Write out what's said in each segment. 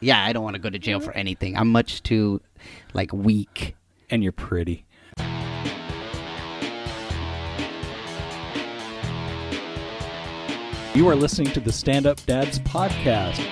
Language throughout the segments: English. Yeah, I don't want to go to jail for anything. I'm much too like weak. And you're pretty. You are listening to the Stand Up Dads podcast.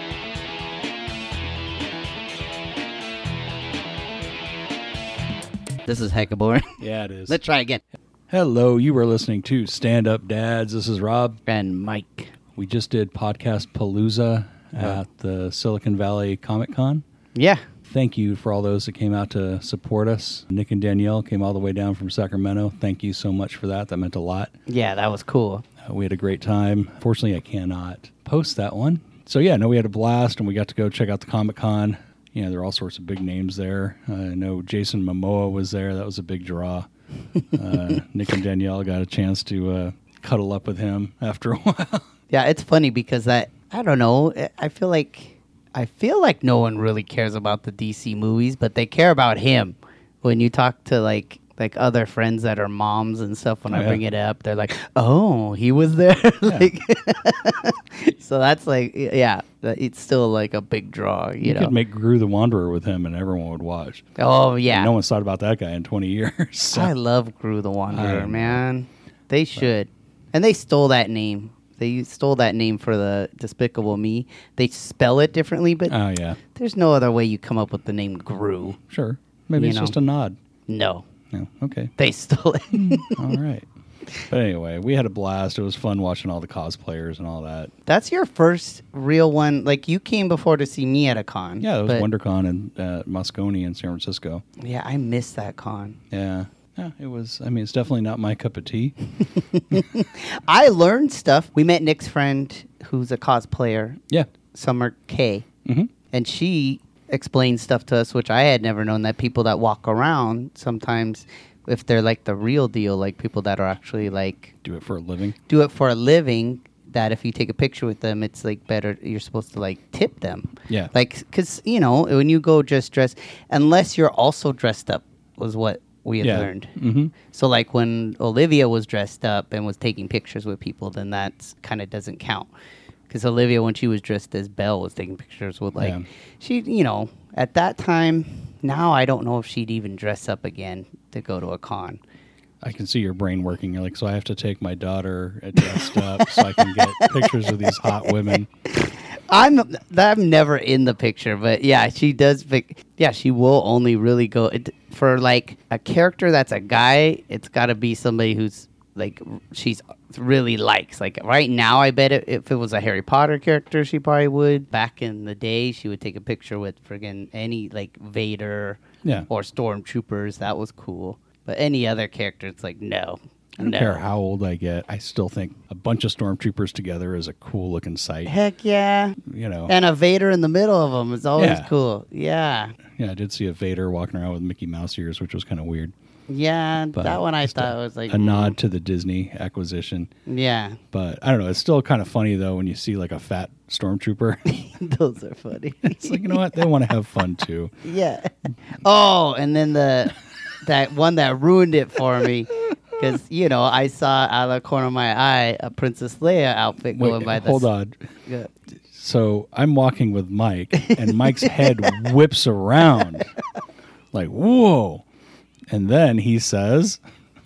This is hecka boring. Yeah, it is. Let's try again. Hello, you are listening to Stand Up Dads. This is Rob. And Mike. We just did podcast Palooza at the Silicon Valley Comic Con. Yeah. Thank you for all those that came out to support us. Nick and Danielle came all the way down from Sacramento. Thank you so much for that. That meant a lot. Yeah, that was cool. Uh, we had a great time. Fortunately, I cannot post that one. So yeah, no, we had a blast, and we got to go check out the Comic Con. You know, there are all sorts of big names there. Uh, I know Jason Momoa was there. That was a big draw. Uh, Nick and Danielle got a chance to uh, cuddle up with him after a while. Yeah, it's funny because I I don't know. eh, I- I feel like I feel like no one really cares about the DC movies, but they care about him. When you talk to like like other friends that are moms and stuff, when Oh, I yeah. bring it up, they're like, "Oh, he was there." like, so that's like, yeah, that- it's still like a big draw, you, You know. could make Gru the Wanderer with him, and everyone would watch. oh yeah, No one's thought about that guy in 20 years. So- I love Gru the I Wanderer, know. man. They should. And they stole that name. They stole that name for the Despicable Me. They spell it differently, but oh yeah, there's no other way you come up with the name Gru. sure. Maybe You it's know. just a nod. No, No, okay. they stole it. All right. But anyway, we had a blast. It was fun watching all the cosplayers and all that. That's your first real one. Like you came before to see me at a con. Yeah, it was but- WonderCon in uh, Moscone in San Francisco. Yeah, I missed that con. Yeah. Yeah, it was. I mean, it's definitely not my cup of tea. I learned stuff. We met Nick's friend, who's a cosplayer, Yeah. Summer K. hmm and she explained stuff to us which I had never known that people that walk around sometimes if they're like the real deal like people that are actually like Do it for a living. do it for a living that if you take a picture with them it's like better you're supposed to like tip them Yeah. like cuz you know when you go just dress unless you're also dressed up was what we had Yeah. learned Mm-hmm. so like when Olivia was dressed up and was taking pictures with people, then that kind of doesn't count. Because Olivia, when she was dressed as Belle, was taking pictures with like Yeah. she, you know, at that time. Now I don't know if she'd even dress up again to go to a con. I can see your brain working. You're like, so I have to take my daughter dressed up so I can get pictures of these hot women. I'm I'm never in the picture, but yeah, she does. pic- Yeah, she will only really go it, for like a character that's a guy. It's got to be somebody who's like r- she's really likes. Like right now, I bet it, if it was a Harry Potter character, she probably would. Back in the day, she would take a picture with friggin' any like Vader Yeah. or stormtroopers. That was cool. But any other character, it's like no, I don't no. care how old I get. I still think a bunch of stormtroopers together is a cool looking sight. Heck yeah. You know, And a Vader in the middle of them is always Yeah. cool. Yeah. yeah, I did see a Vader walking around with Mickey Mouse ears, which was kind of weird. Yeah, But that one I just a- thought was like mm. A nod to the Disney acquisition. Yeah, But I don't know. It's still kind of funny though when you see like a fat stormtrooper. those are funny. it's like you know what? They want to have fun too. yeah. Oh, and then the that one that ruined it for me because you know I saw out of the corner of my eye a Princess Leia outfit going Wait, by. The hold on. on. So I'm walking with Mike, and Mike's head whips around, like whoa, and then he says,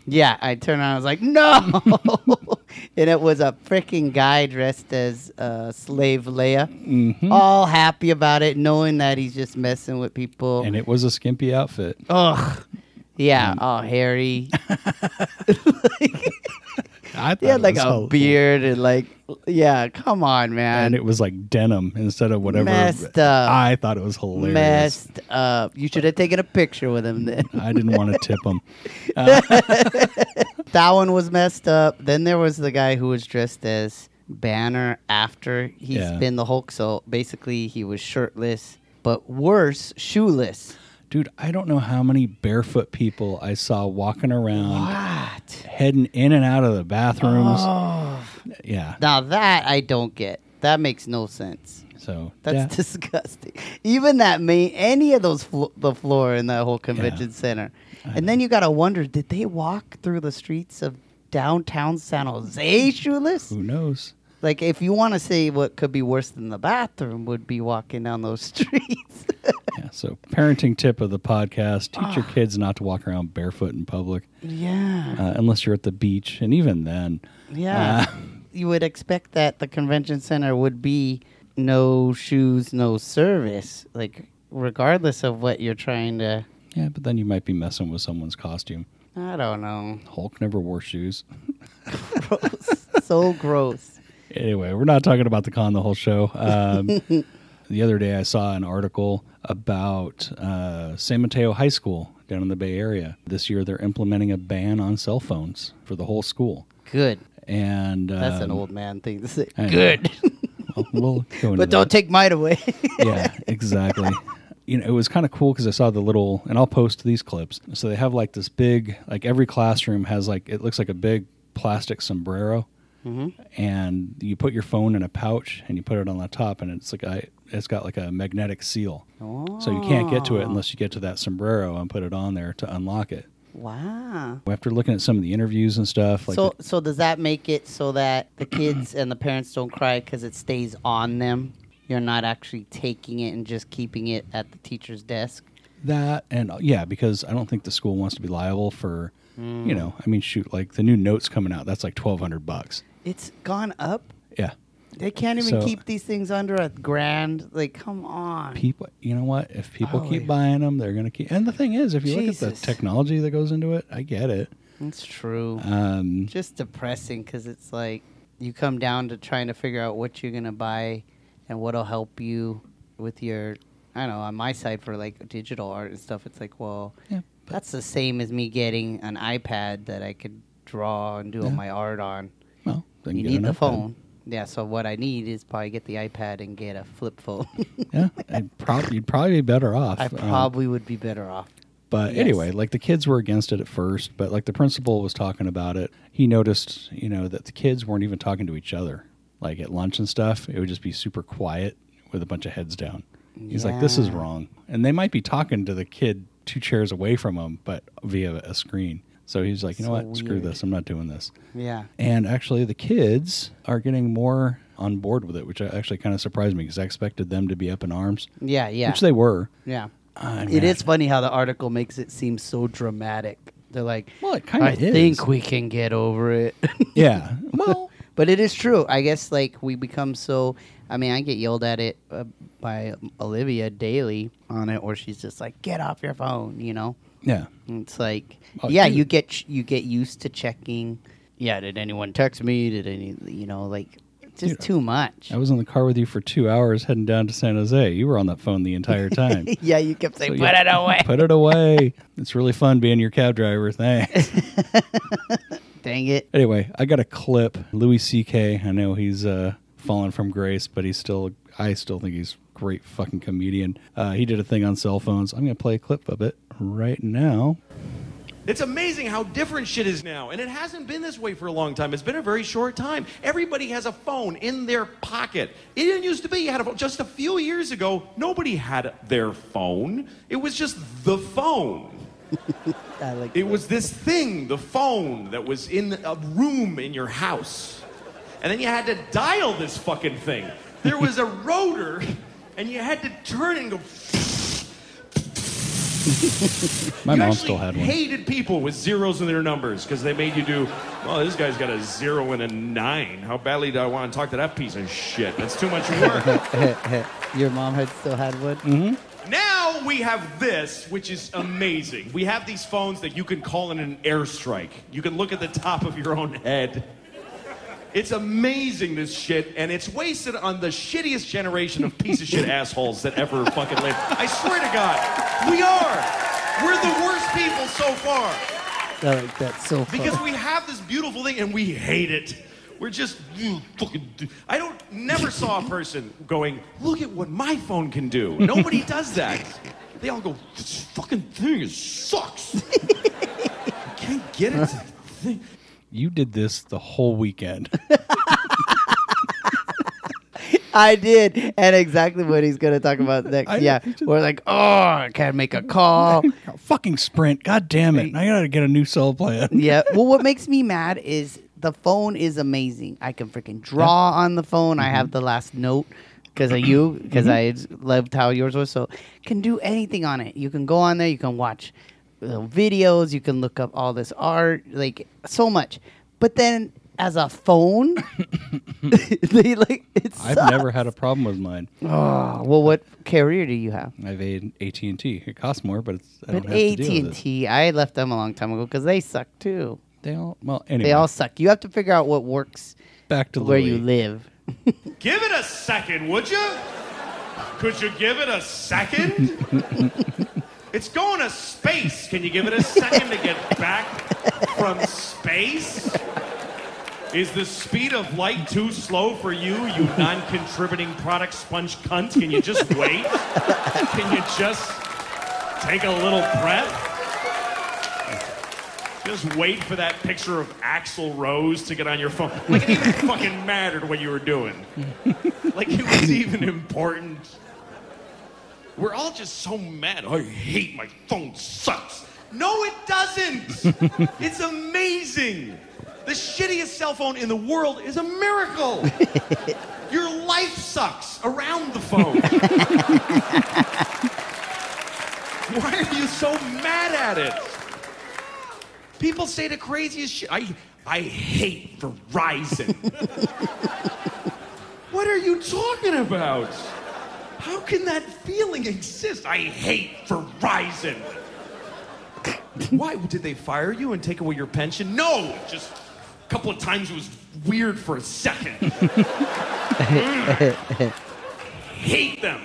Yeah, I turned around. I was like, no. and it was a freaking guy dressed as uh, slave Leia, Mm-hmm. all happy about it, knowing that he's just messing with people. and it was a skimpy outfit. Ugh. Yeah. Oh, Harry. I thought He had it like was a hel- beard and like, yeah, come on, man. and it was like denim instead of whatever. Messed up. I thought it was hilarious. Messed up. You should have taken a picture with him then. I didn't want to tip him. that one was messed up. Then there was the guy who was dressed as Banner after he's Yeah. been the Hulk. So basically, he was shirtless, but worse, shoeless. Dude, I don't know how many barefoot people I saw walking around, What? heading in and out of the bathrooms. Yeah. Now that I don't get. That makes no sense. So That's yeah. disgusting. Even that main, any of those flo- the floor in that whole convention center, and then you gotta wonder: Did they walk through the streets of downtown San Jose shoeless? who knows? Like, if you want to say what could be worse than the bathroom, would be walking down those streets. Yeah, so parenting tip of the podcast: teach your kids not to walk around barefoot in public yeah. uh, unless you're at the beach, and even then, Yeah. Uh, you would expect that the convention center would be no shoes, no service. Like, regardless of what you're trying to. yeah, but then you might be messing with someone's costume. I don't know. Hulk never wore shoes. Gross. so gross. Anyway, we're not talking about the con the whole show. Um, the other day, I saw an article about uh, San Mateo High School down in the Bay Area. This year, they're implementing a ban on cell phones for the whole school. Good. And That's an um, old man thing to say. I know. Good. Well, we'll go into but don't that. take mine away. yeah, exactly. You know, it was kind of cool because I saw the little, and I'll post these clips. So they have like this big, like every classroom has like, it looks like a big plastic sombrero. Mm-hmm. And you put your phone in a pouch and you put it on the top, and it's like a, it's got like a magnetic seal. So you can't get to it unless you get to that sombrero and put it on there to unlock it. wow. After looking at some of the interviews and stuff, like so, so does that make it so that the kids and the parents don't cry because it stays on them? You're not actually taking it and just keeping it at the teacher's desk. That and uh, yeah, because I don't think the school wants to be liable for, you know, I mean, shoot, like the new notes coming out, that's like twelve hundred bucks. It's gone up. Yeah, They can't even So- keep these things under a grand. Like, come on. people, you know what? If people Oh, keep yeah. buying them, they're gonna keep. And the thing is, if you look at Jesus. the technology that goes into it, I get it. It's true. Um, just depressing because it's like you come down to trying to figure out what you're gonna buy and what'll help you with your I don't know on my side for like digital art and stuff. It's like well, yeah, that's the same as me getting an iPad that I could draw and do all Yeah. my art on. well, then you get need an the iPad. phone. Yeah, so what I need is probably get the iPad and get a flip phone. Yeah, I'd prob- you'd probably be better off. I um, probably would be better off. But Yes. anyway, like the kids were against it at first, but like the principal was talking about it. He noticed, you know, that the kids weren't even talking to each other. Like at lunch and stuff, it would just be super quiet with a bunch of heads down. He's like, this is Yeah. wrong. And they might be talking to the kid two chairs away from him, but via a screen. So he's like, you know So what? Screw weird. this. I'm not doing this. Yeah. And actually, the kids are getting more on board with it, which actually kind of surprised me because I expected them to be up in arms, Yeah, yeah. which they were. yeah. I It mean, is funny how the article makes it seem so dramatic. They're like, Well, it kinda I is. think we can get over it. Yeah. Well, but it is true. I guess like we become so. I mean, I get yelled at it uh, by Olivia daily on it, where she's just like, "Get off your phone," you know. yeah. And It's like, Oh, yeah, dude. you get ch- you get used to checking. Yeah, did anyone text me? Did any, you know, like, just Dude, too much. I was in the car with you for two hours heading down to San Jose. You were on that phone the entire time. yeah, you kept saying, So, "Put yeah, it away." Put it away. It's really fun being your cab driver. Thanks. Dang it. anyway, I got a clip. Louis C.K. I know he's uh, fallen from grace, but he's still. I still think he's a great fucking comedian. Uh, he did a thing on cell phones. I'm gonna play a clip of it right now. It's amazing how different shit is now, and it hasn't been this way for a long time. It's been a very short time. Everybody has a phone in their pocket. It didn't used to be you had a phone. Just a few years ago, nobody had their phone. It was just the phone. I like. It was this thing, the phone, that was in a room in your house. And then you had to dial this fucking thing. There was a rotor, and you had to turn and go. My you mom actually still had one. Hated people with zeros in their numbers because they made you do. Well, this guy's got a zero and a nine. How badly do I want to talk to that piece of shit? That's too much work. Your mom had still had one. now we have this, which is amazing. We have these phones that you can call in an airstrike. You can look at the top of your own head. It's amazing this shit, and it's wasted on the shittiest generation of piece of shit assholes that ever fucking lived. I swear to God, we are. We're the worst people so far. I like that so far. Because we have this beautiful thing and we hate it. We're just you fucking. d- I don't never saw a person going, "Look at what my phone can do." Nobody does that. They all go, "This fucking thing is sucks." I can't get it. Thing- You did this the whole weekend. I did, and exactly what he's going to talk about next. I- yeah, he just- we're like, oh, I can't make a call. fucking Sprint. God damn it! I gotta get a new cell plan. yeah. Well, what makes me mad is the phone is amazing. I can freaking draw on the phone. Mm-hmm. I have the last note because of you, because I loved how yours was. So can do anything on it. You can go on there. You can watch little videos. You can look up all this art, like so much. But then as a phone, they like it's. I've never had a problem with mine. Ah, well, what carrier do you have? I've had AT and T. It costs more, but it's I But don't have AT to deal with and it. T, I left them a long time ago because they suck too. They all well anyway. They all suck. You have to figure out what works back to where you Louis. live. Give it a second, would you? Could you give it a second? it's going to space. Can you give it a second to get back from space? Is the speed of light too slow for you, you non contributing product sponge cunt? Can you just wait? Can you just take a little breath? Just wait for that picture of Axl Rose to get on your phone. Like it even fucking mattered what you were doing like it was even important. We're all just so mad. I hate my phone sucks. No, it doesn't. it's amazing. The shittiest cell phone in the world is a miracle. Your life sucks around the phone. Why are you so mad at it? People say the craziest shit. I, I hate Verizon. What are you talking about? How can that feeling exist? I hate Verizon. Why did they fire you and take away your pension? No, just a couple of times it was weird for a second. Mm. Hate them.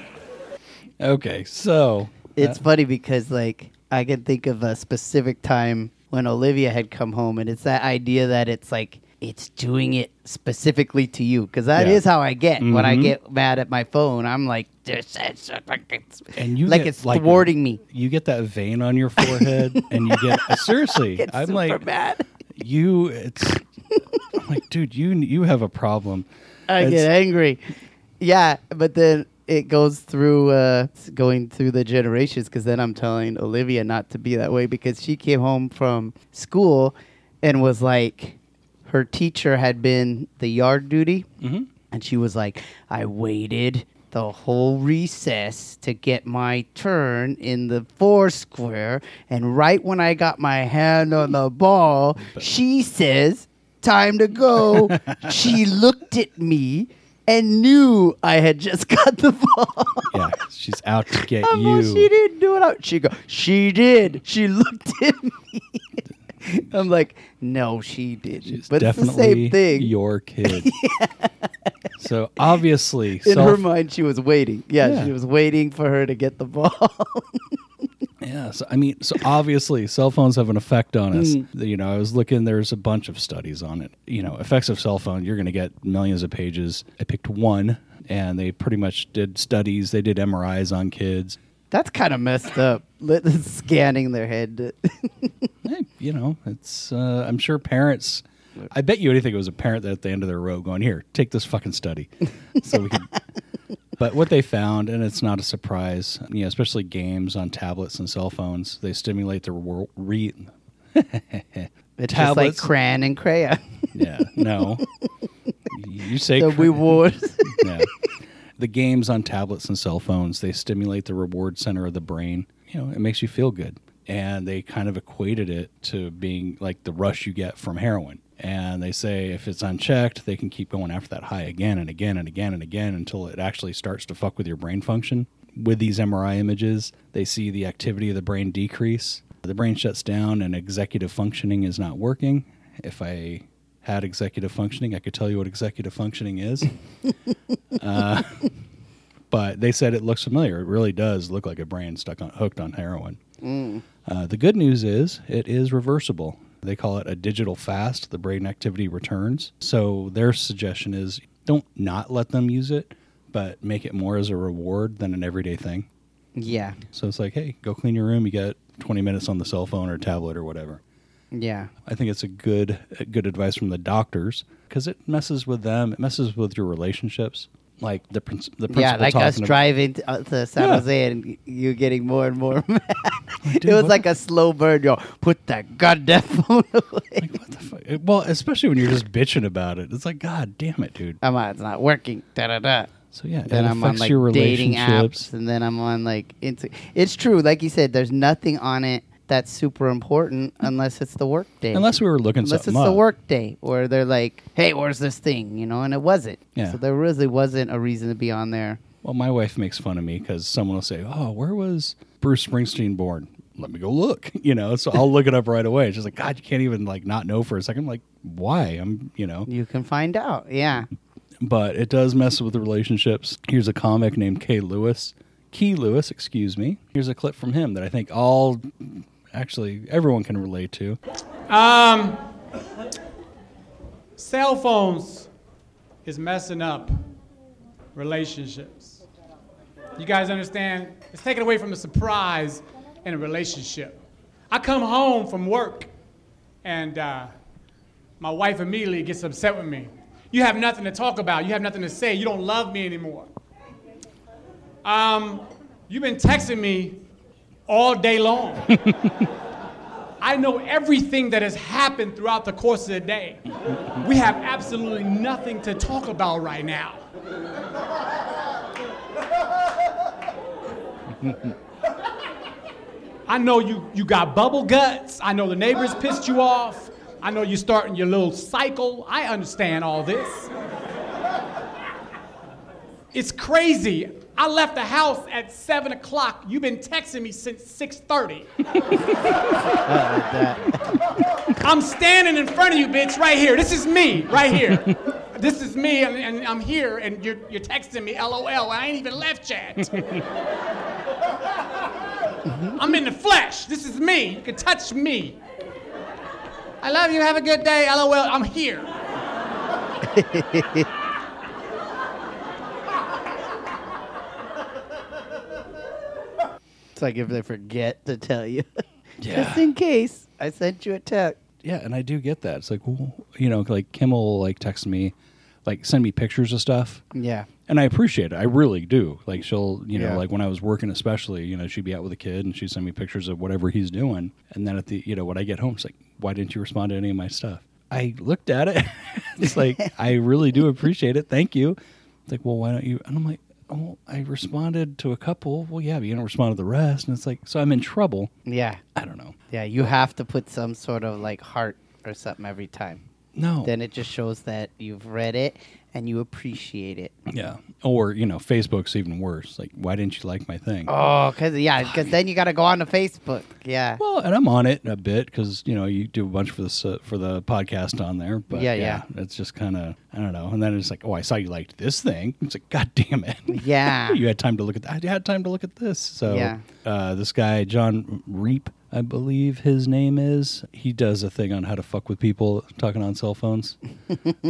Okay, so It's funny because like I can think of a specific time when Olivia had come home, and it's that idea that it's like it's doing it specifically to you because that is Yeah. how Mm-hmm. I get when I get mad at my phone. I'm like, this is and you like get, it's thwarting me. You get that vein on your forehead, and you get uh, seriously. It's I'm super like mad. you. It's I'm like dude, you you have a problem. I It's- get angry. Yeah, but then it goes through uh, it's going through the generations because then I'm telling Olivia not to be that way because she came home from school and was like, her teacher had been the yard duty, and she was like, I waited the whole recess to get my turn in the foursquare, and right when I got my hand on the ball, she says, time to go. she looked at me and knew I had just got the ball. Yeah, she's out to get I'm you. like, she didn't do it. out." She go, she did. She looked at me. I'm like, no, she didn't. She's but it's the definitely same thing. your kid. So obviously, In her self- mind, she was waiting. Yeah, Yeah. she was waiting for her to get the ball. Yeah, so I mean, so obviously, cell phones have an effect on us. You know, I was looking. There's a bunch of studies on it. You know, effects of cell phone. You're going to get millions of pages. I picked one, and they pretty much did studies. They did MRIs on kids. That's kind of messed up. Let- Scanning their head. Eh, you know, it's. Uh, I'm sure parents. I bet you anything it was a parent that at the end of their row going, "Here, take this fucking study," so we can. But what they found, and it's not a surprise, you know, especially games on tablets and cell phones, they stimulate the wor- re. It's just like Tablets. crayon and crayon. Yeah, no. you say the cr- rewards. yeah. The games on tablets and cell phones, they stimulate the reward center of the brain. You know, it makes you feel good. And they kind of equated it to being like the rush you get from heroin. And they say if it's unchecked, they can keep going after that high again and again and again and again until it actually starts to fuck with your brain function. With these MRI images, they see the activity of the brain decrease. The brain shuts down and executive functioning is not working. If I had executive functioning, I could tell you what executive functioning is but they said it looks familiar. It really does look like a brain stuck on hooked on heroin. Uh, the good news is it is reversible. They call it a digital fast. The brain activity returns. So their suggestion is don't not let them use it, but make it more as a reward than an everyday thing. yeah, So it's like, hey, go clean your room. You got 20 minutes on the cell phone or tablet or whatever. yeah. I think it's a good good advice from the doctors because it messes with them. It messes with your relationships. like the prin- the principal Yeah, like talking us ab- driving to, uh, to San Yeah. Jose and you getting more and more mad. dude, it was what like a slow burn. Yo, put that goddamn phone away. Like, what the fuck? It- Well, especially when you're just bitching about it, it's like, God damn it, dude. I'm on, it's not working. Da da da. So yeah, Then it I'm on affects like your dating relationships. apps, and then I'm on like into. It's true, like you said. There's nothing on it that's super important unless it's the work day. Unless we were looking unless something it's the up. work day, or they're like, "Hey, where's this thing?" You know, and it wasn't. Yeah. So there really wasn't a reason to be on there. Well, my wife makes fun of me because someone will say, "Oh, where was Bruce Springsteen born?" Let me go look. You know, so I'll look it up right away. She's like, "God, you can't even like not know for a second. I'm like, why? I'm, you know, You can find out. Yeah. but it does mess with the relationships. Here's a comic named Kay Lewis, Key Lewis, excuse me. Here's a clip from him that I think all, actually, everyone can relate to. Um, cell phones is messing up relationships. You guys understand? It's taken away from the surprise in a relationship. I come home from work, and uh, my wife immediately gets upset with me. You have nothing to talk about. You have nothing to say. You don't love me anymore. Um, you've been texting me all day long. I know everything that has happened throughout the course of the day. We have absolutely nothing to talk about right now. I know you, you got bubble guts. I know the neighbors pissed you off. I know you're starting your little cycle. I understand all this. It's crazy. I left the house at 7 o'clock. You've been texting me since 6.30. I'm standing in front of you, bitch, right here. This is me, right here. this is me, and, and I'm here, and you're, you're texting me, LOL. I ain't even left yet. Mm-hmm. I'm in the flesh. This is me. You can touch me. I love you. Have a good day. LOL. I'm here. It's like if they forget to tell you. Just Yeah. in case I sent you a text. Yeah, and I do get that. It's like, w- you know, like Kimmel like text me, like send me pictures of stuff. Yeah. and I appreciate it. I really do. Like she'll, you know, Yeah. like when I was working, especially, you know, she'd be out with a kid and she'd send me pictures of whatever he's doing. And then at the, you know, when I get home, it's like, why didn't you respond to any of my stuff? I looked at it. it's like I really do appreciate it. Thank you. It's like, well, why don't you? And I'm like, oh, I responded to a couple. Well, yeah, but you don't respond to the rest. And it's like, so I'm in trouble. Yeah. I don't know. Yeah. You have to put some sort of like heart or something every time. No. Then it just shows that you've read it and you appreciate it. yeah. Or you know, Facebook's even worse. Like, why didn't you like my thing? Oh, cause yeah, cause then you gotta go on to Facebook. Yeah. Well, and I'm on it a bit because you know you do a bunch for the for the podcast on there. But Yeah, yeah, it's just kind of I don't know. And then it's like, oh, I saw you liked this thing. It's like, god damn it, Yeah. you had time to look at that. I had time to look at this. So Yeah. uh, this guy John Reap, I believe his name is. He does a thing on how to fuck with people talking on cell phones,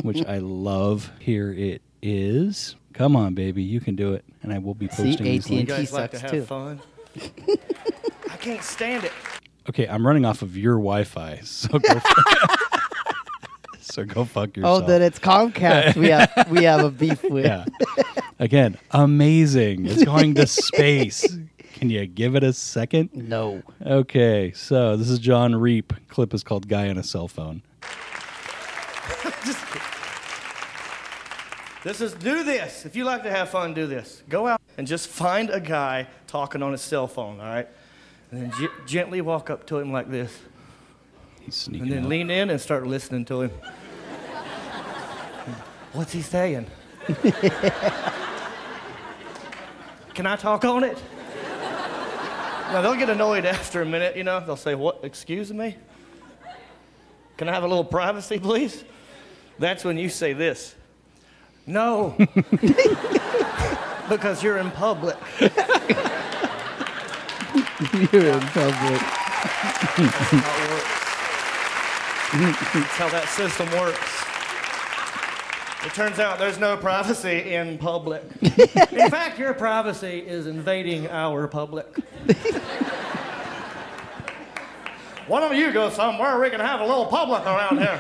which I love. Here it is. Come on, baby, you can do it, and I will be See, posting these AT&T. You links. guys like to sucks have too. fun? I can't stand it. Okay, I'm running off of your Wi-Fi, so go. so go fuck Oh, yourself. then it's Comcast. we have we have a beef with. yeah. Again, amazing. It's going to space. Can you give it a second? No. Okay, so this is John Reap. Clip is called "Guy on a Cell Phone." Just This is do this. If you like to have fun, do this. Go out and just find a guy talking on his cell phone, all right? And then ge- gently walk up to him like this. He's sneaking. And then up. lean in and start listening to him. What's he saying? Can I talk on it? Now they'll get annoyed after a minute, you know. They'll say, What? Excuse me? Can I have a little privacy, please? That's when you say this. No. because you're in public. You're in public. That's how it works. That's how that system works. It turns out there's no privacy in public. in fact, your privacy is invading our public. Why don't you go somewhere we can have a little public around here?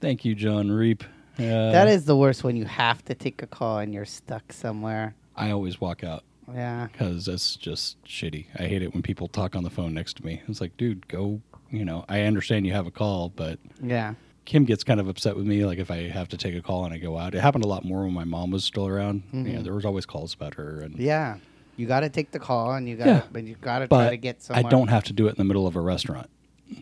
Thank you, John Reap. Uh, That is the worst when you have to take a call and you're stuck somewhere. I always walk out Yeah. because that's just shitty. I hate it when people talk on the phone next to me. It's like, dude, go. You know, I understand you have a call, but Yeah. Kim gets kind of upset with me, like if I have to take a call and I go out. It happened a lot more when my mom was still around. You know, there was always calls about her, and Mm-hmm. Yeah. You got to take the call and you got to, Yeah. but you got to try but to get I somewhere. don't have to do it in the middle of a restaurant.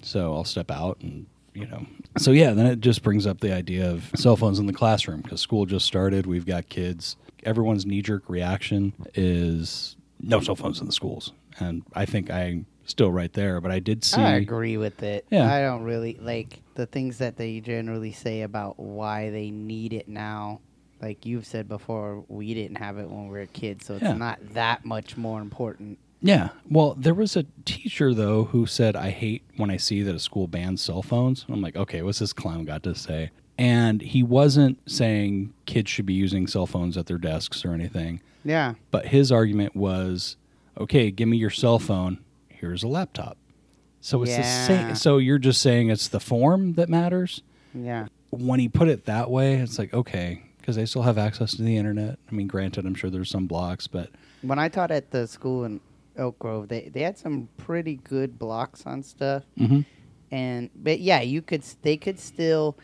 So I'll step out and you know. So yeah, then it just brings up the idea of cell phones in the classroom because school just started. We've got kids. Everyone's knee jerk reaction is no cell phones in the schools, and I think I'm still right there. But I did see. I agree with it. Yeah. I don't really like the things that they generally say about why they need it now. Like you've said before, we didn't have it when we were kids, so it's Yeah. not that much more important. Yeah. Well, there was a teacher though who said, "I hate when I see that a school bans cell phones." I'm like, "Okay, what's this clown got to say?" And he wasn't saying kids should be using cell phones at their desks or anything, Yeah. but his argument was, "Okay, give me your cell phone. Here's a laptop." So it's the Yeah. same. So you're just saying it's the form that matters. Yeah. When he put it that way, it's like, okay, because they still have access to the internet. I mean, granted, I'm sure there's some blocks, but When I taught at the school in Elk Grove, they, they had some pretty good blocks on stuff. Mm-hmm. And but yeah, you could s- they could still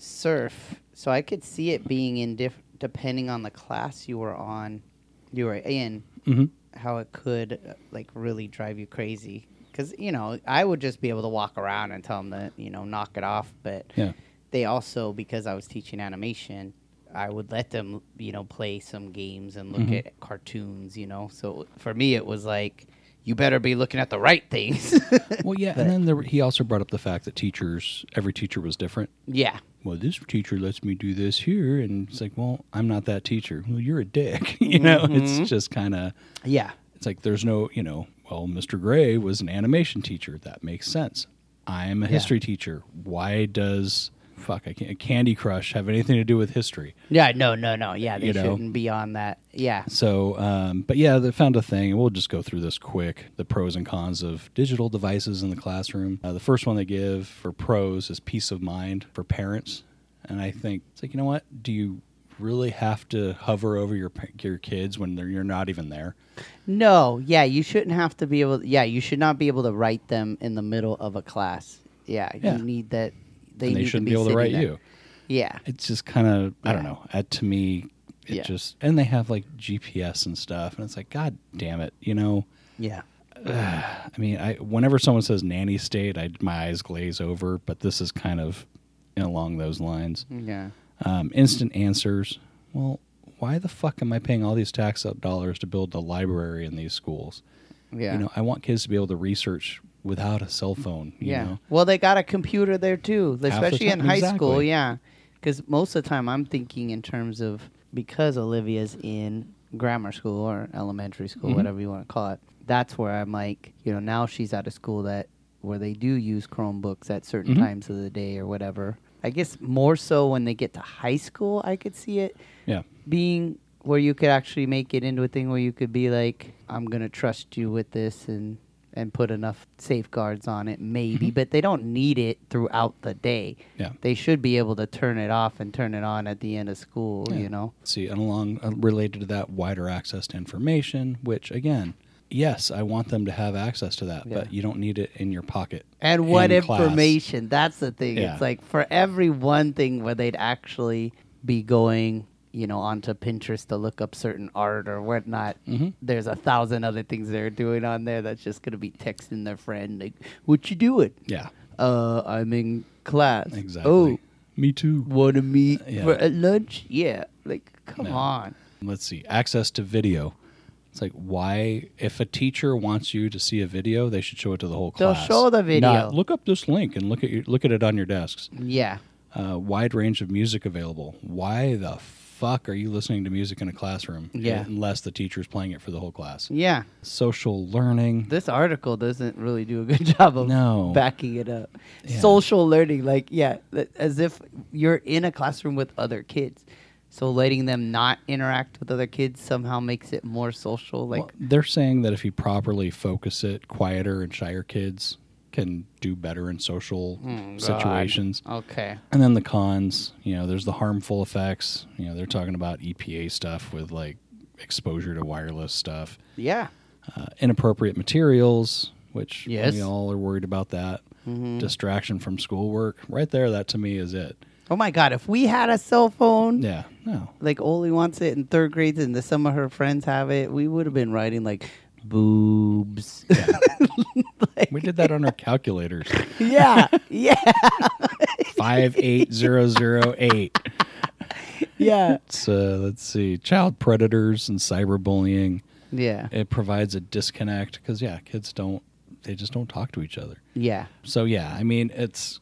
surf. So I could see it being in diff- depending on the class you were on, you were in, how it could uh, like really drive you crazy. Because you know, I would just be able to walk around and tell them to you know knock it off. But Yeah. they also because I was teaching animation, I would let them you know play some games and look at cartoons. You know, so for me it was like you better be looking at the right things. Well, yeah, and then there, he also brought up the fact that teachers, every teacher was different. yeah. Well, this teacher lets me do this here, and it's like, well, I'm not that teacher. Well, you're a dick. you know, it's just kind of, Yeah. it's like there's no, you know, well, Mr. Gray was an animation teacher. That makes sense. I'm a history teacher. Why does fuck I can't, Candy Crush have anything to do with history? Yeah, no, no, no. Yeah, they You know? shouldn't be on that. Yeah. So, um, but yeah, they found a thing, and we'll just go through this quick the pros and cons of digital devices in the classroom. Uh, the first one they give for pros is peace of mind for parents. And I think it's like, you know what? Do you really have to hover over your pa- your kids when they're, you're not even there? No, yeah, you shouldn't have to be able yeah, you should not be able to write them in the middle of a class. Yeah, Yeah. you need that they, and need they to shouldn't be, be, able to sitting write there. you. Yeah. It's just kind of, I don't Yeah. know. At, to me, it Yeah. just, and they have like GPS and stuff. And it's like, God damn it. You know, Yeah. I mean, I whenever someone says nanny state, I my eyes glaze over. But this is kind of along those lines. Yeah. Um, instant answers. Well, why the fuck am I paying all these tax up dollars to build a library in these schools? Yeah. You know, I want kids to be able to research without a cell phone. You yeah. Know? Well, they got a computer there too, the especially in time, high school. exactly. Yeah, because most of the time I'm thinking in terms of because Olivia's in grammar school or elementary school, Mm-hmm. whatever you want to call it. That's where I'm like, you know, now she's at a school that where they do use Chromebooks at certain Mm-hmm. times of the day or whatever. I guess more so when they get to high school, I could see it Yeah. being where you could actually make it into a thing where you could be like, I'm gonna trust you with this and and put enough safeguards on it, maybe, but they don't need it throughout the day. Yeah. They should be able to turn it off and turn it on at the end of school, you know? See, and along uh, related to that, wider access to information, which again, yes, I want them to have access to that, but Yeah. you don't need it in your pocket. And what in class. information? That's the thing. Yeah. It's like for every one thing where they'd actually be going, you know, onto Pinterest to look up certain art or whatnot. Mm-hmm. There's a thousand other things they're doing on there that's just gonna be texting their friend like, "What you doing? Yeah. Uh, I'm in class. Exactly. Oh, Me too. want to meet Yeah. for at lunch? Yeah. Like, come No. on. let's see access to video it's like why if a teacher wants you to see a video they should show it to the whole They'll class show the video. Not, look up this link and look at your, look at it on your desks Yeah. uh, wide range of music available why the fuck are you listening to music in a classroom Yeah. unless the teacher's playing it for the whole class Yeah. social learning this article doesn't really do a good job of No. backing it up. Yeah. Social learning, like yeah, th- as if you're in a classroom with other kids. So letting them not interact with other kids somehow makes it more social. Like Well, they're saying that if you properly focus it, quieter and shyer kids can do better in social Hmm, situations. Okay. And then the cons, you know, there's the harmful effects. You know, they're talking about EPA stuff with like exposure to wireless stuff, Yeah. uh, inappropriate materials, which Yes. we all are worried about that. Distraction from schoolwork, right there. That to me is it. Oh my God! If we had a cell phone, Yeah, no, like Oli wants it in third grade, and the, some of her friends have it, we would have been writing like boobs. we did that on our calculators. yeah, yeah, Five eight zero zero eight. yeah, It's uh, let's see, child predators and cyberbullying. yeah, It provides a disconnect because yeah, kids don't they just don't talk to each other. yeah. So yeah, I mean it's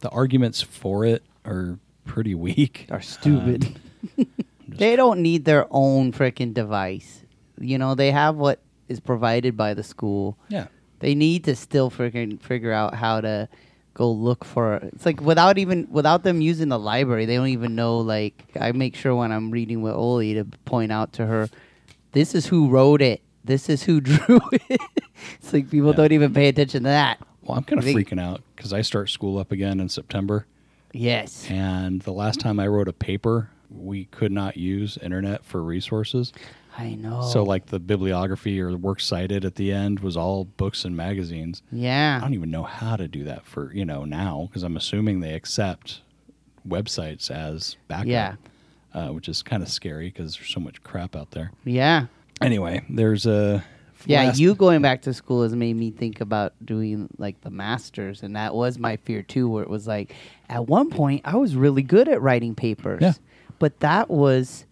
the arguments for it are pretty weak. Are stupid. Um, They don't need their own freaking device. You know, they have what is provided by the school. yeah. They need to still freaking figure out how to go look for. It's like without even without them using the library, they don't even know. Like I make sure when I'm reading with Oli to point out to her, this is who wrote it. This is who drew it. it's like people Yeah. don't even pay attention to that. Well, I'm kind of They- freaking out because I start school up again in September, Yes. and the last time I wrote a paper, we could not use internet for resources. I know. So like the bibliography or the works cited at the end was all books and magazines. I yeah. don't even know how to do that for you know now because I'm assuming they accept websites as backup, Yeah. uh, which is kind of scary because there's so much crap out there. Yeah. Anyway, there's a Yeah, last- you going back to school has made me think about doing like the masters, and that was my fear too. Where it was like, at one point, I was really good at writing papers, Yeah. but that was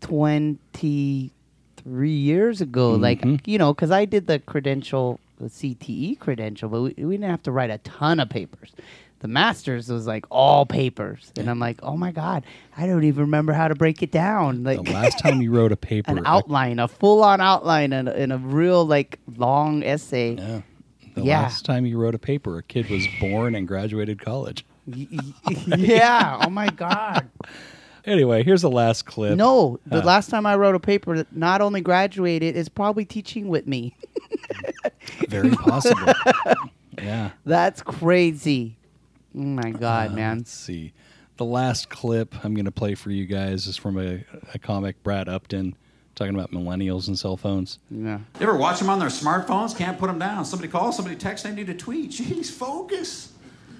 twenty three years ago. Like you know, because I did the credential, the CTE credential, but we, we didn't have to write a ton of papers. The masters was like all papers, and I'm like, oh my god, I don't even remember how to break it down. Like the last time you wrote a paper an outline, a full on outline, and, and a real like long essay. Yeah. yeah, the Yeah. last time you wrote a paper, a kid was born and graduated college. Oh my god. Anyway, here's the last clip. No, the Uh. last time I wrote a paper that not only graduated is probably teaching with me. very possible. yeah. That's crazy. Oh my god, man. Let's see. The last clip I'm going to play for you guys is from a, a comic, Brad Upton, talking about millennials and cell phones. Yeah. You ever watch them on their smartphones? Can't put them down. Somebody calls, somebody texts, they need a tweet. Jeez, focus.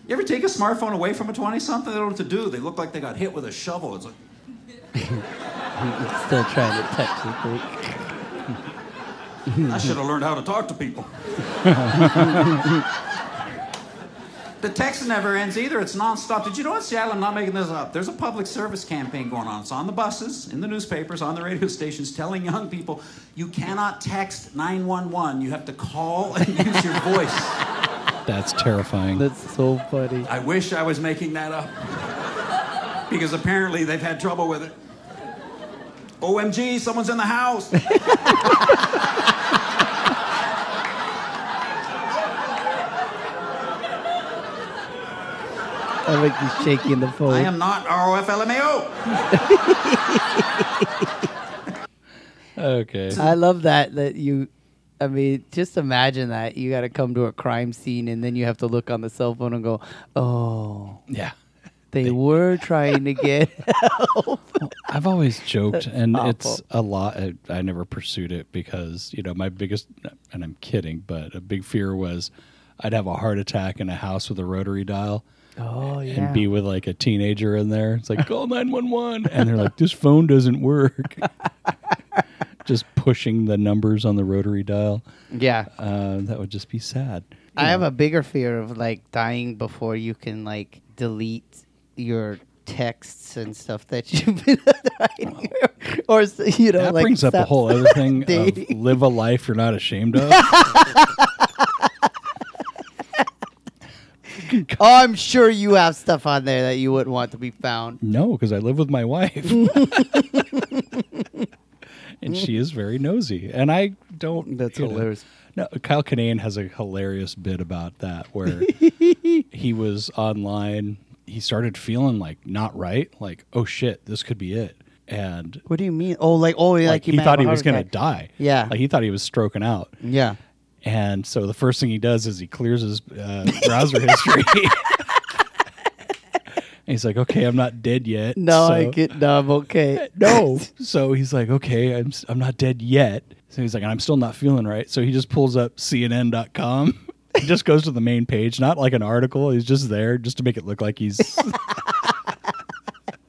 You ever take a smartphone away from a 20 something? They don't know what to do. They look like they got hit with a shovel. It's like, Still trying to touch the thing. I should have learned how to talk to people. the text never ends either. It's nonstop. Did you know in Seattle, I'm not making this up, there's a public service campaign going on. It's on the buses, in the newspapers, on the radio stations, telling young people you cannot text 911. You have to call and use your voice. That's terrifying. That's so funny. I wish I was making that up. Because apparently they've had trouble with it. OMG, someone's in the house. I make you shaking the phone. I am not ROFLMAO. okay. I love that that you. I mean, just imagine that you got to come to a crime scene and then you have to look on the cell phone and go, "Oh, Yeah. they were trying to get." I've always joked, and it's awful. a lot. I, I never pursued it because, you know, my biggest, and I'm kidding, but a big fear was I'd have a heart attack in a house with a rotary dial. oh yeah. and be with like a teenager in there. It's like call nine one one, and they're like, "This phone doesn't work." just pushing the numbers on the rotary dial. yeah. Uh, that would just be sad. I have a bigger fear of like dying before you can like delete your texts and stuff that you've been writing, or s- you know, That like brings up a stop- whole other thing of dating. live a life you're not ashamed of. Oh, I'm sure you have stuff on there that you wouldn't want to be found. no, because I live with my wife. And she is very nosy, and I don't. That's you know, hilarious. No, Kyle Kinane has a hilarious bit about that where he was online. He started feeling like not right, like oh shit, this could be it, and What do you mean? Oh, like oh, yeah, like, like, you he might thought have he a was heart gonna attack. die. Yeah. Mm. like he thought he was stroking out, Yeah. And so the first thing he does is he clears his uh, browser history. And he's like, "Okay, I'm not dead yet." No, I So- get no. I'm okay. no. So he's like, okay, I'm s- I'm not dead yet. So he's like, I'm still not feeling right. So he just pulls up CNN.com. He just goes to the main page, not like an article. He's just there just to make it look like he's.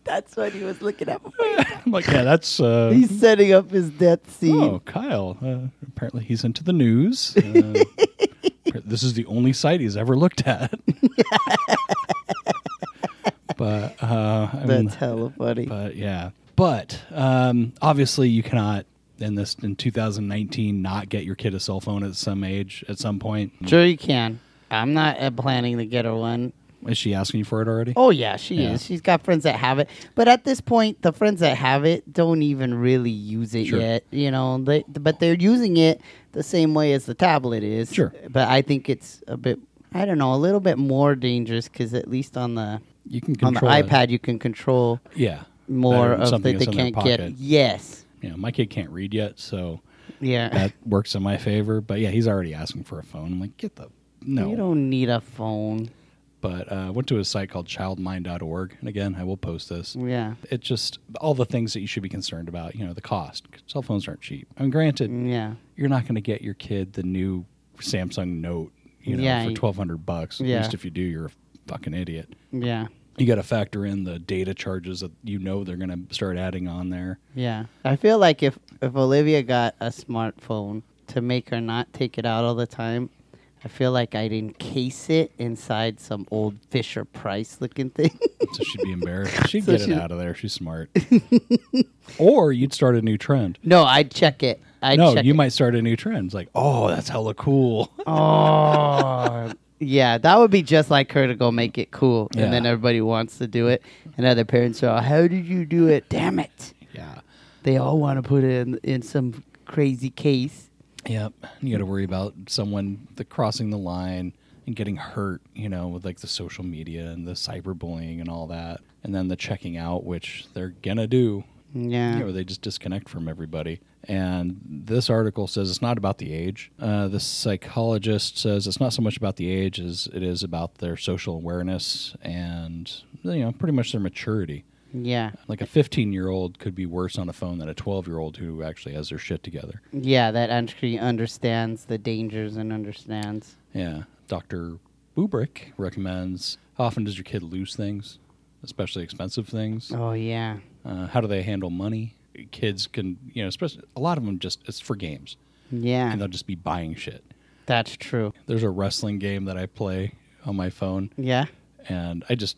That's what he was looking at. I'm like, yeah, that's. Uh, He's setting up his death scene. oh, Kyle. Uh, apparently, he's into the news. Uh, this is the only site he's ever looked at. but uh, I mean, That's hella funny. But yeah. But um, obviously, you cannot in this in 2019 not get your kid a cell phone at some age at some point. Sure, you can. I'm not uh, planning to get her one. Is she asking you for it already? Oh yeah, she Yeah. is. She's got friends that have it, but at this point, the friends that have it don't even really use it Sure. yet. You know, they but they're using it the same way as the tablet is. Sure. but I think it's a bit. I don't know, a little bit more dangerous because at least on the You can on the control it. iPad you can control Yeah. more Better than of that something they that's in their can't get. pocket. Yes, You know, my kid can't read yet, so yeah. that works in my favor. But yeah, he's already asking for a phone. I'm like, get the You no. don't need a phone. But uh, I went to a site called childmind.org, and again, I will post this. Yeah, It just all the things that you should be concerned about. You know, the cost. Cell phones aren't cheap. I mean, granted, yeah. you're not going to get your kid the new Samsung Note, you know, Yeah, for you- twelve hundred bucks. At Yeah. least if you do, you're a fucking idiot. Yeah. You got to factor in the data charges that you know they're going to start adding on there. Yeah. I feel like if if Olivia got a smartphone to make her not take it out all the time, I feel like I'd encase it inside some old Fisher Price looking thing. So she'd be embarrassed. She'd So get she- it out of there. She's smart. or you'd start a new trend. no, I'd check it. I'd no, check you it. might start a new trend. It's like, oh, that's hella cool. Oh. yeah, that would be just like her to go make it cool, Yeah. and then everybody wants to do it, and other parents are, "How did you do it? Damn it!" yeah. They all want to put it in in some crazy case. Yep. You got to worry about someone the crossing the line and getting hurt, you know, with like the social media and the cyberbullying and all that. And then the checking out, which they're going to do. Yeah. You know, they just disconnect from everybody. And this article says it's not about the age. Uh, the psychologist says it's not so much about the age as it is about their social awareness and, you know, pretty much their maturity. Yeah. Like a 15 year old could be worse on a phone than a 12 year old who actually has their shit together. Yeah, that actually understands the dangers and understands. Yeah. Dr. Bubrick recommends how often does your kid lose things, especially expensive things? Oh yeah, Uh, how do they handle money? Kids can, you know, especially a lot of them just, it's for games yeah, and they'll just be buying shit. that's true. There's a wrestling game that I play on my phone Yeah, and I just,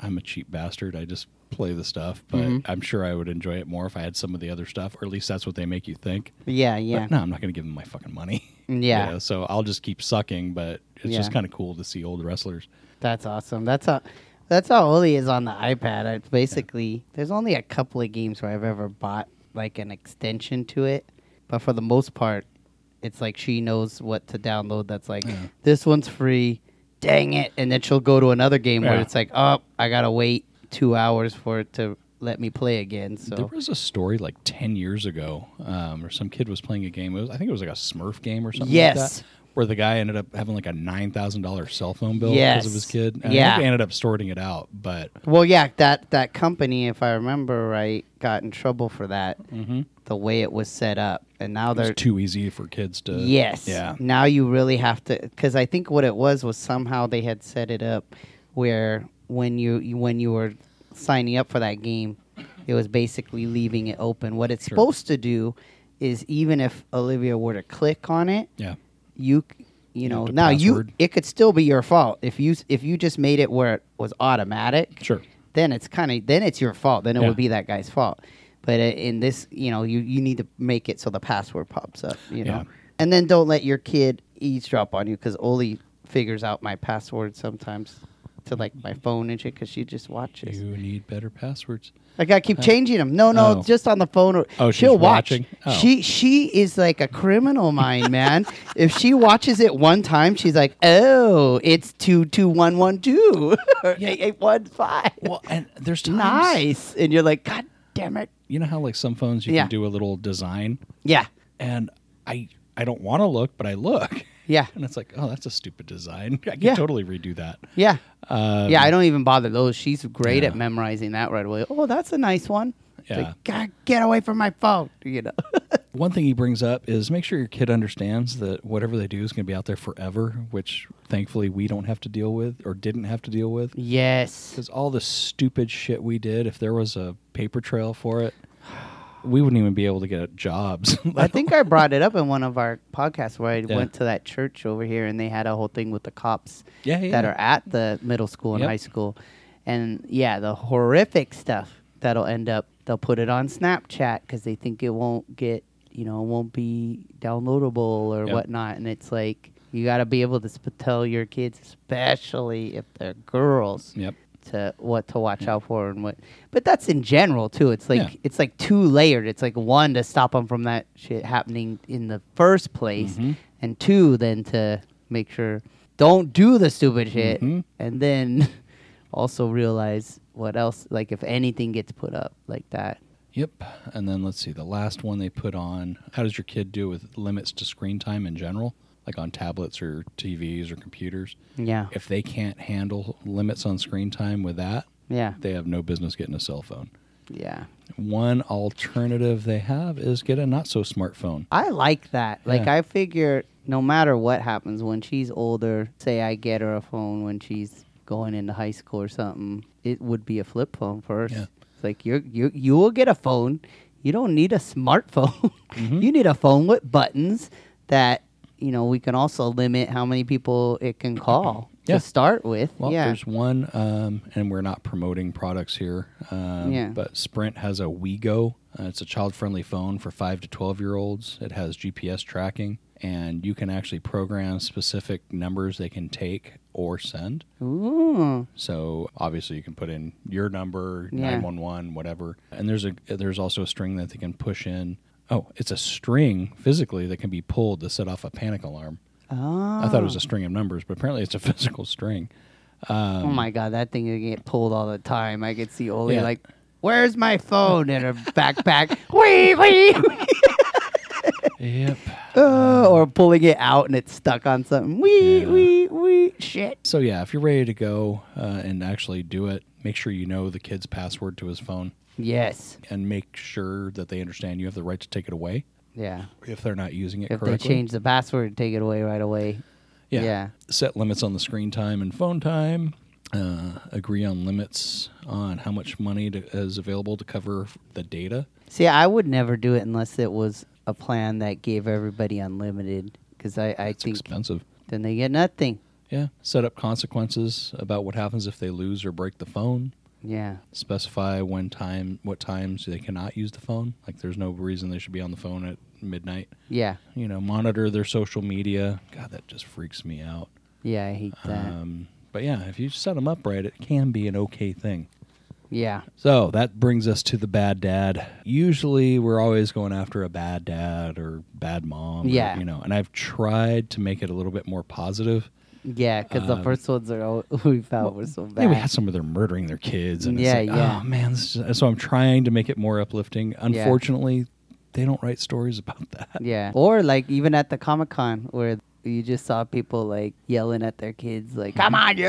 I'm a cheap bastard. I just play the stuff, but Mm-hmm. I'm sure I would enjoy it more if I had some of the other stuff, or at least that's what they make you think. yeah, But yeah, no, I'm not going to give them my fucking money. Yeah. You know, so I'll just keep sucking, but it's Yeah. just kind of cool to see old wrestlers. that's awesome. That's how. That's how Oli is on the iPad. I basically, there's only a couple of games where I've ever bought like an extension to it, but for the most part, it's like she knows what to download. That's like this one's free. Dang it! And then she'll go to another game where Yeah. it's like, oh, I gotta wait two hours for it to let me play again. So There was a story like ten years ago, um, where some kid was playing a game. It was, I think it was like a Smurf game or something. like Yes. that, where the guy ended up having like a nine thousand dollar cell phone bill because Yes. of his kid. And I Yeah. think they ended up sorting it out, but Well, yeah, that that company, if I remember right, got in trouble for that. Mm-hmm. The way it was set up, and now it's they're too easy for kids to. yes, Yeah. Now you really have to, because I think what it was was somehow they had set it up where when you you- when you were signing up for that game, it was basically leaving it open. What it's supposed to do is even if Olivia were to click on it, Yeah. you c- you know have to now you password. it could still be your fault if you s- if you just made it where it was automatic Sure. then it's kind of then it's your fault then it Yeah. would be that guy's fault but uh, in this you know you you need to make it so the password pops up you know Yeah. and then don't let your kid eavesdrop on you because Oli figures out my password sometimes to like my phone and shit because she just watches You need better passwords. I gotta keep changing them. No, no, Uh, Oh. just on the phone. Or Oh, she's she'll watch. watching? Oh. She she is like a criminal mind, man. if she watches it one time, she's like, oh, it's two two one one two or eight eight one five. Well, and there's times. nice. And you're like, God damn it. You know how like some phones you Yeah. can do a little design, Yeah. and I I don't want to look, but I look. Yeah. And it's like, oh, that's a stupid design. I could Yeah. totally redo that. Yeah. Um, yeah, I don't even bother those. She's great at yeah. memorizing that right away. Oh, that's a nice one. It's Yeah. like, God, get away from my phone. You know. One thing he brings up is make sure your kid understands that whatever they do is going to be out there forever, which thankfully we don't have to deal with or didn't have to deal with. yes. Because all the stupid shit we did, if there was a paper trail for it, we wouldn't even be able to get jobs. I think I brought it up in one of our podcasts where I Yeah. went to that church over here and they had a whole thing with the cops Yeah, yeah, that yeah. are at the middle school and Yep. high school. And yeah, the horrific stuff that'll end up, they'll put it on Snapchat because they think it won't get, you know, it won't be downloadable or Yep. whatnot. And it's like, you got to be able to sp- tell your kids, especially if they're girls Yep. to what to watch out for and what but that's in general too it's like Yeah. it's like two layered it's like one to stop them from that shit happening in the first place and two then to make sure don't do the stupid shit and then also realize what else like if anything gets put up like that Yep. And then let's see, the last one they put on how does your kid do with limits to screen time in general, like on tablets or TVs or computers? yeah If they can't handle limits on screen time with that, yeah they have no business getting a cell phone. yeah One alternative they have is get a not so smartphone. I like that. Like Yeah. I figure no matter what happens when she's older, say I get her a phone when she's going into high school or something, it would be a flip phone first. Yeah. It's like you are you you will get a phone. You don't need a smartphone. Mm-hmm. you need a phone with buttons that you know, we can also limit how many people it can call Yeah. to start with. Well, yeah. there's one, um, and we're not promoting products here, um, Yeah. but Sprint has a WeGo. Uh, it's a child-friendly phone for five to twelve-year-olds. It has GPS tracking, and you can actually program specific numbers they can take or send. Ooh. So obviously, you can put in your number, Yeah. nine one one, whatever. And there's a there's also a string that they can push in. Oh, it's a string physically that can be pulled to set off a panic alarm. I thought it was a string of numbers, but apparently it's a physical string. oh my god, that thing would get pulled all the time. I could see Oli um, Yeah. like, Where's my phone? in her backpack. wee wee Yep. Uh, or pulling it out and it's stuck on something. Wee, wee, wee. Shit. So yeah, if you're ready to go uh, and actually do it, make sure you know the kid's password to his phone, Yes. and make sure that they understand you have the right to take it away Yeah. if they're not using it If correctly. they change the password, take it away right away. yeah. Set limits on the screen time and phone time. Uh, agree on limits on how much money to, is available to cover the data. See, I would never do it unless it was a plan that gave everybody unlimited because I, I It's think expensive. then they get nothing. Yeah. Set up consequences about what happens if they lose or break the phone. Yeah. specify when time what times they cannot use the phone like there's no reason they should be on the phone at midnight Yeah. you know monitor their social media god that just freaks me out Yeah, I hate that. um, but yeah if you set them up right it can be an okay thing yeah. so that brings us to the bad dad usually we're always going after a bad dad or bad mom or, Yeah. you know and i've tried to make it a little bit more positive Yeah, because the first ones are all we felt were so bad. Yeah, we had some where they're murdering their kids, and Yeah, it's like, yeah. oh man. This is, so I'm trying to make it more uplifting. Unfortunately, they don't write stories about that. Yeah. Or like even at the Comic Con where you just saw people like yelling at their kids, like, come on, you,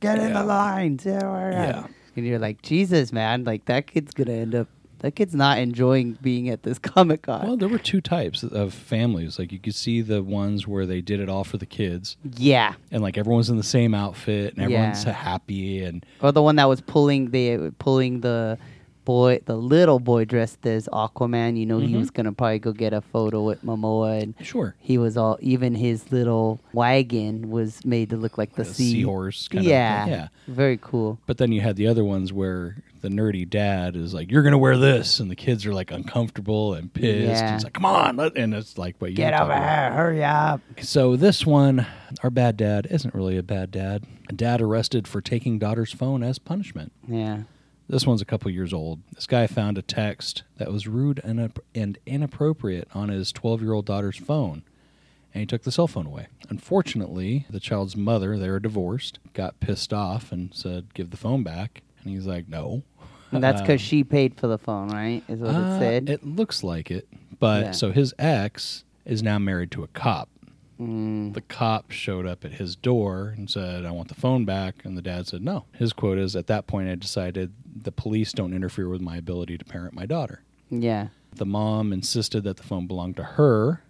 get in Yeah. the line. Yeah. And you're like, Jesus, man, like that kid's going to end up, that kid's not enjoying being at this Comic Con. Well, there were two types of families. Like you could see the ones where they did it all for the kids, yeah. and like everyone's in the same outfit, and everyone's Yeah. happy, and Or the one that was pulling the, pulling the, Boy, the little boy dressed as Aquaman, you know, he was gonna probably go get a photo with Momoa, and Mm-hmm. sure, he was all. Even his little wagon was made to look like the a sea seahorse. Kind yeah, Of, yeah. very cool. But then you had the other ones where the nerdy dad is like, "You're gonna wear this," and the kids are like uncomfortable and pissed. Yeah. And it's like, "Come on!" let-" And it's like, "But you Get over talking about- here, hurry up. So this one, our bad dad isn't really a bad dad. A dad arrested for taking daughter's phone as punishment. Yeah. This one's a couple years old. This guy found a text that was rude and, up- and inappropriate on his 12-year-old daughter's phone, and he took the cell phone away. Unfortunately, the child's mother, they were divorced, got pissed off and said, "Give the phone back." And he's like, "No." And that's because she paid for the phone, right? Is what Um, Uh, it said. It looks like it, but Yeah. so his ex is now married to a cop. Mm. The cop showed up at his door and said, I want the phone back. And the dad said, No. His quote is, At that point, I decided the police don't interfere with my ability to parent my daughter. Yeah. The mom insisted that the phone belonged to her.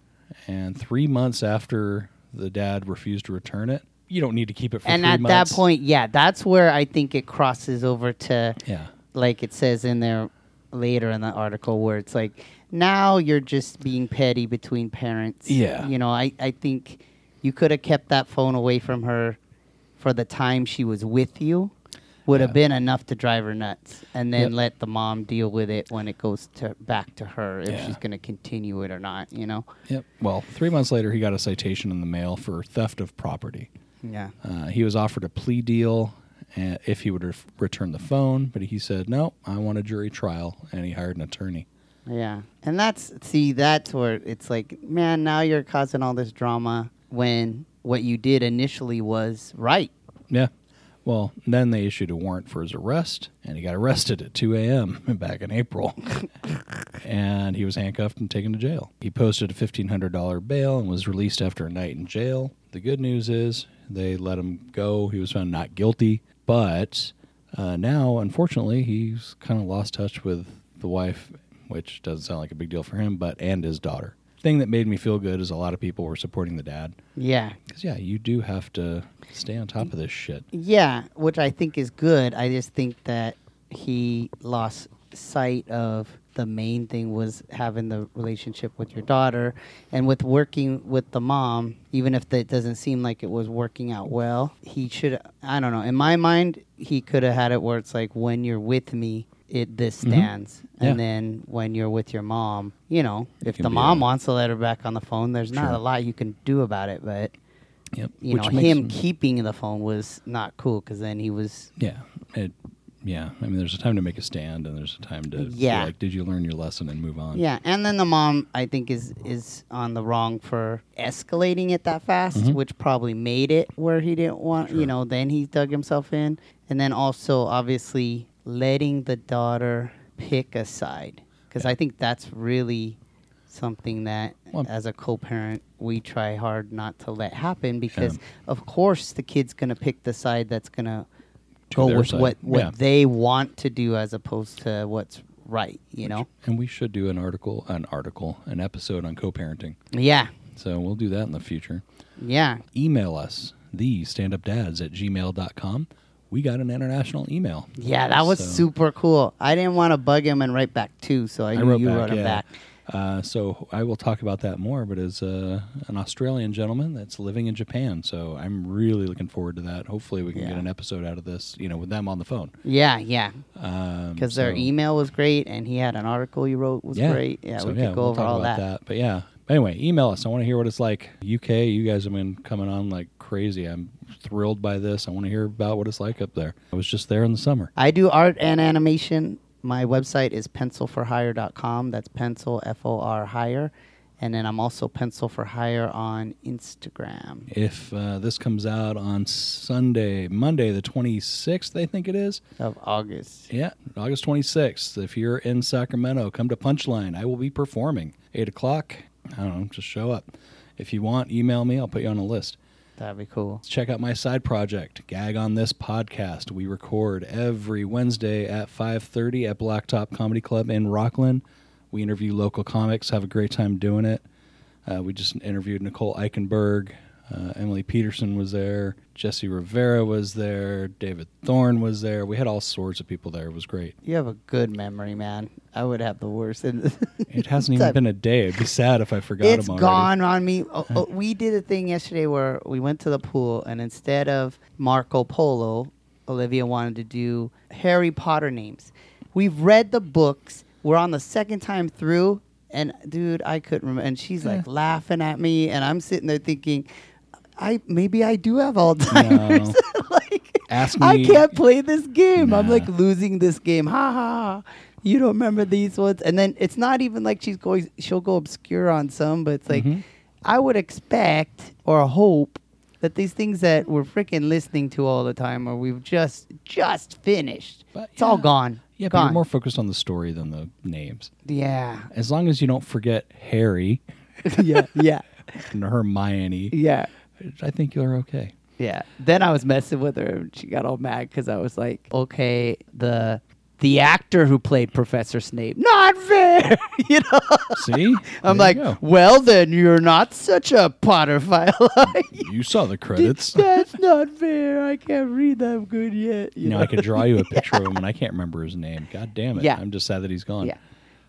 And three months after the dad refused to return it, you don't need to keep it for and three at months. that point, yeah, that's where I think it crosses over to, Yeah. like it says in there later in the article, where it's like now you're just being petty between parents. Yeah. you know, I I think you could have kept that phone away from her for the time she was with you. Would have Yeah. been enough to drive her nuts, and then Yep. let the mom deal with it when it goes to back to her if Yeah. she's going to continue it or not. You know. Yep. Well, three months later, he got a citation in the mail for theft of property. Yeah. Uh, he was offered a plea deal uh, if he would ref- return the phone, but he said, No, I want a jury trial. And he hired an attorney. Yeah. And that's see that's where it's like, man, now you're causing all this drama when what you did initially was right. Yeah. Well, then they issued a warrant for his arrest, and he got arrested at 2 a.m. back in April. and he was handcuffed and taken to jail. He posted a $1,500 bail and was released after a night in jail. The good news is they let him go. He was found not guilty, but uh, now, unfortunately, he's kind of lost touch with the wife, which doesn't sound like a big deal for him, but and his daughter. Thing that made me feel good is a lot of people were supporting the dad. Yeah. Because, yeah, you do have to stay on top of this shit. Yeah, which I think is good. I just think that he lost sight of the main thing was having the relationship with your daughter and with working with the mom, even if it doesn't seem like it was working out well. He should, I don't know, in my mind, he could have had it where it's like, when you're with me, it this stands. Mm-hmm. Yeah. And then when you're with your mom, you know, if can the be mom a- wants to let her back on the phone, there's not a lot you can do about it, but Yep. you know makes him keeping the phone was not cool because then he was Yeah. It, yeah. I mean, there's a time to make a stand, and there's a time to be Yeah. like, did you learn your lesson and move on? yeah and then the mom i think is is on the wrong for escalating it that fast which probably made it where he didn't want you know then he dug himself in and then also obviously letting the daughter pick a side because i think that's really something that Well, as a co-parent we try hard not to let happen because of course the kid's going to pick the side that's going to go their with side. what what Yeah. they want to do as opposed to what's right. You know? And we should do an article, an article, an episode on co-parenting. Yeah, So we'll do that in the future. yeah, Email us the standupdads at gmail.com. We got an international email. yeah. That was So- super cool. I didn't want to bug him and write back too, so I, I knew wrote you back. wrote him yeah. back. Uh, so I will talk about that more. But as uh, an Australian gentleman that's living in Japan, so I'm really looking forward to that. Hopefully, we can Yeah. get an episode out of this, you know, with them on the phone. Yeah, yeah. Because their Um, so- email was great, and he had an article you wrote was great. Yeah, So, we could go we'll over talk all about that. But yeah. But anyway, email us. I want to hear what it's like. UK, you guys have been coming on like crazy. I'm thrilled by this. I want to hear about what it's like up there. I was just there in the summer. I do art and animation. My website is pencilforhire.com. That's pencil f o r hire, and then I'm also pencil for hire on Instagram. If uh, this comes out on Sunday, Monday the 26th, I think it is. Of August. Yeah, August 26th. If you're in Sacramento, come to Punchline. I will be performing. 8 o'clock. I don't know, just show up. If you want, email me. I'll put you on a list. That'd be cool. Check out my side project, Gag on This Podcast. We record every Wednesday at 5.30 at Blacktop Comedy Club in Rockland. We interview local comics, have a great time doing it. Uh, we just interviewed Nicole Eichenberg. Uh, Emily Peterson was there. Jesse Rivera was there. David Thorne was there. We had all sorts of people there. It was great. You have a good memory, man. I would have the worst. And It hasn't even been a day. It'd be sad if I forgot it's him already. gone on me. Oh, oh, we did a thing yesterday where we went to the pool, and instead of Marco Polo, Olivia wanted to do Harry Potter names. We've read the books. We're on the second time through, and dude, I couldn't remember. And she's like laughing at me, and I'm sitting there thinking, I maybe I do have Alzheimer's. like Ask I me- can't play this game. I'm like Nah. losing this game. Ha ha. ha. You don't remember these ones. And then it's not even like she's going she'll go obscure on some, but it's like Mm-hmm. I would expect or hope that these things that we're freaking listening to all the time or we've just just finished. But it's all yeah. gone. Yeah, but gone. you're more focused on the story than the names. yeah. As long as you don't forget Harry, yeah. Yeah. and Hermione. Yeah. I think you're okay. Yeah. Then I was messing with her and she got all mad because I was like, okay, the the actor who played Professor Snape, not fair. you know? See, I'm There like, you, go. well, then you're not such a Potterphile. You saw the credits. That's not fair. I can't read that good yet. You You know, know? I could draw you a picture of him, and I can't remember his name. God damn it! Yeah. I'm just sad that he's gone. Yeah.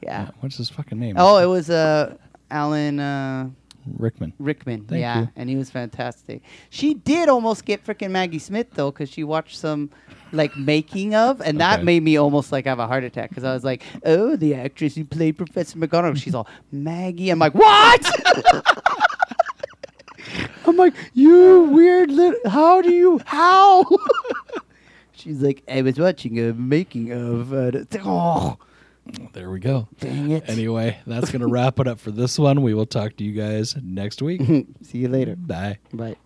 Yeah. What's his fucking name? Oh, it was uh, Alan uh, Rickman. Rickman. Thank yeah, you. and he was fantastic. She did almost get freaking Maggie Smith though, because she watched some like making of, and that Okay. made me almost like have a heart attack because I was like, oh, the actress who played Professor McGonagall, she's all Maggie. I'm like, what? I'm like, you weird little. How do you how? She's like, I was watching a making of. Uh, it's like, oh, There we go. dang it. Anyway, that's gonna wrap it up for this one. We will talk to you guys next week. See you later. Bye. Bye.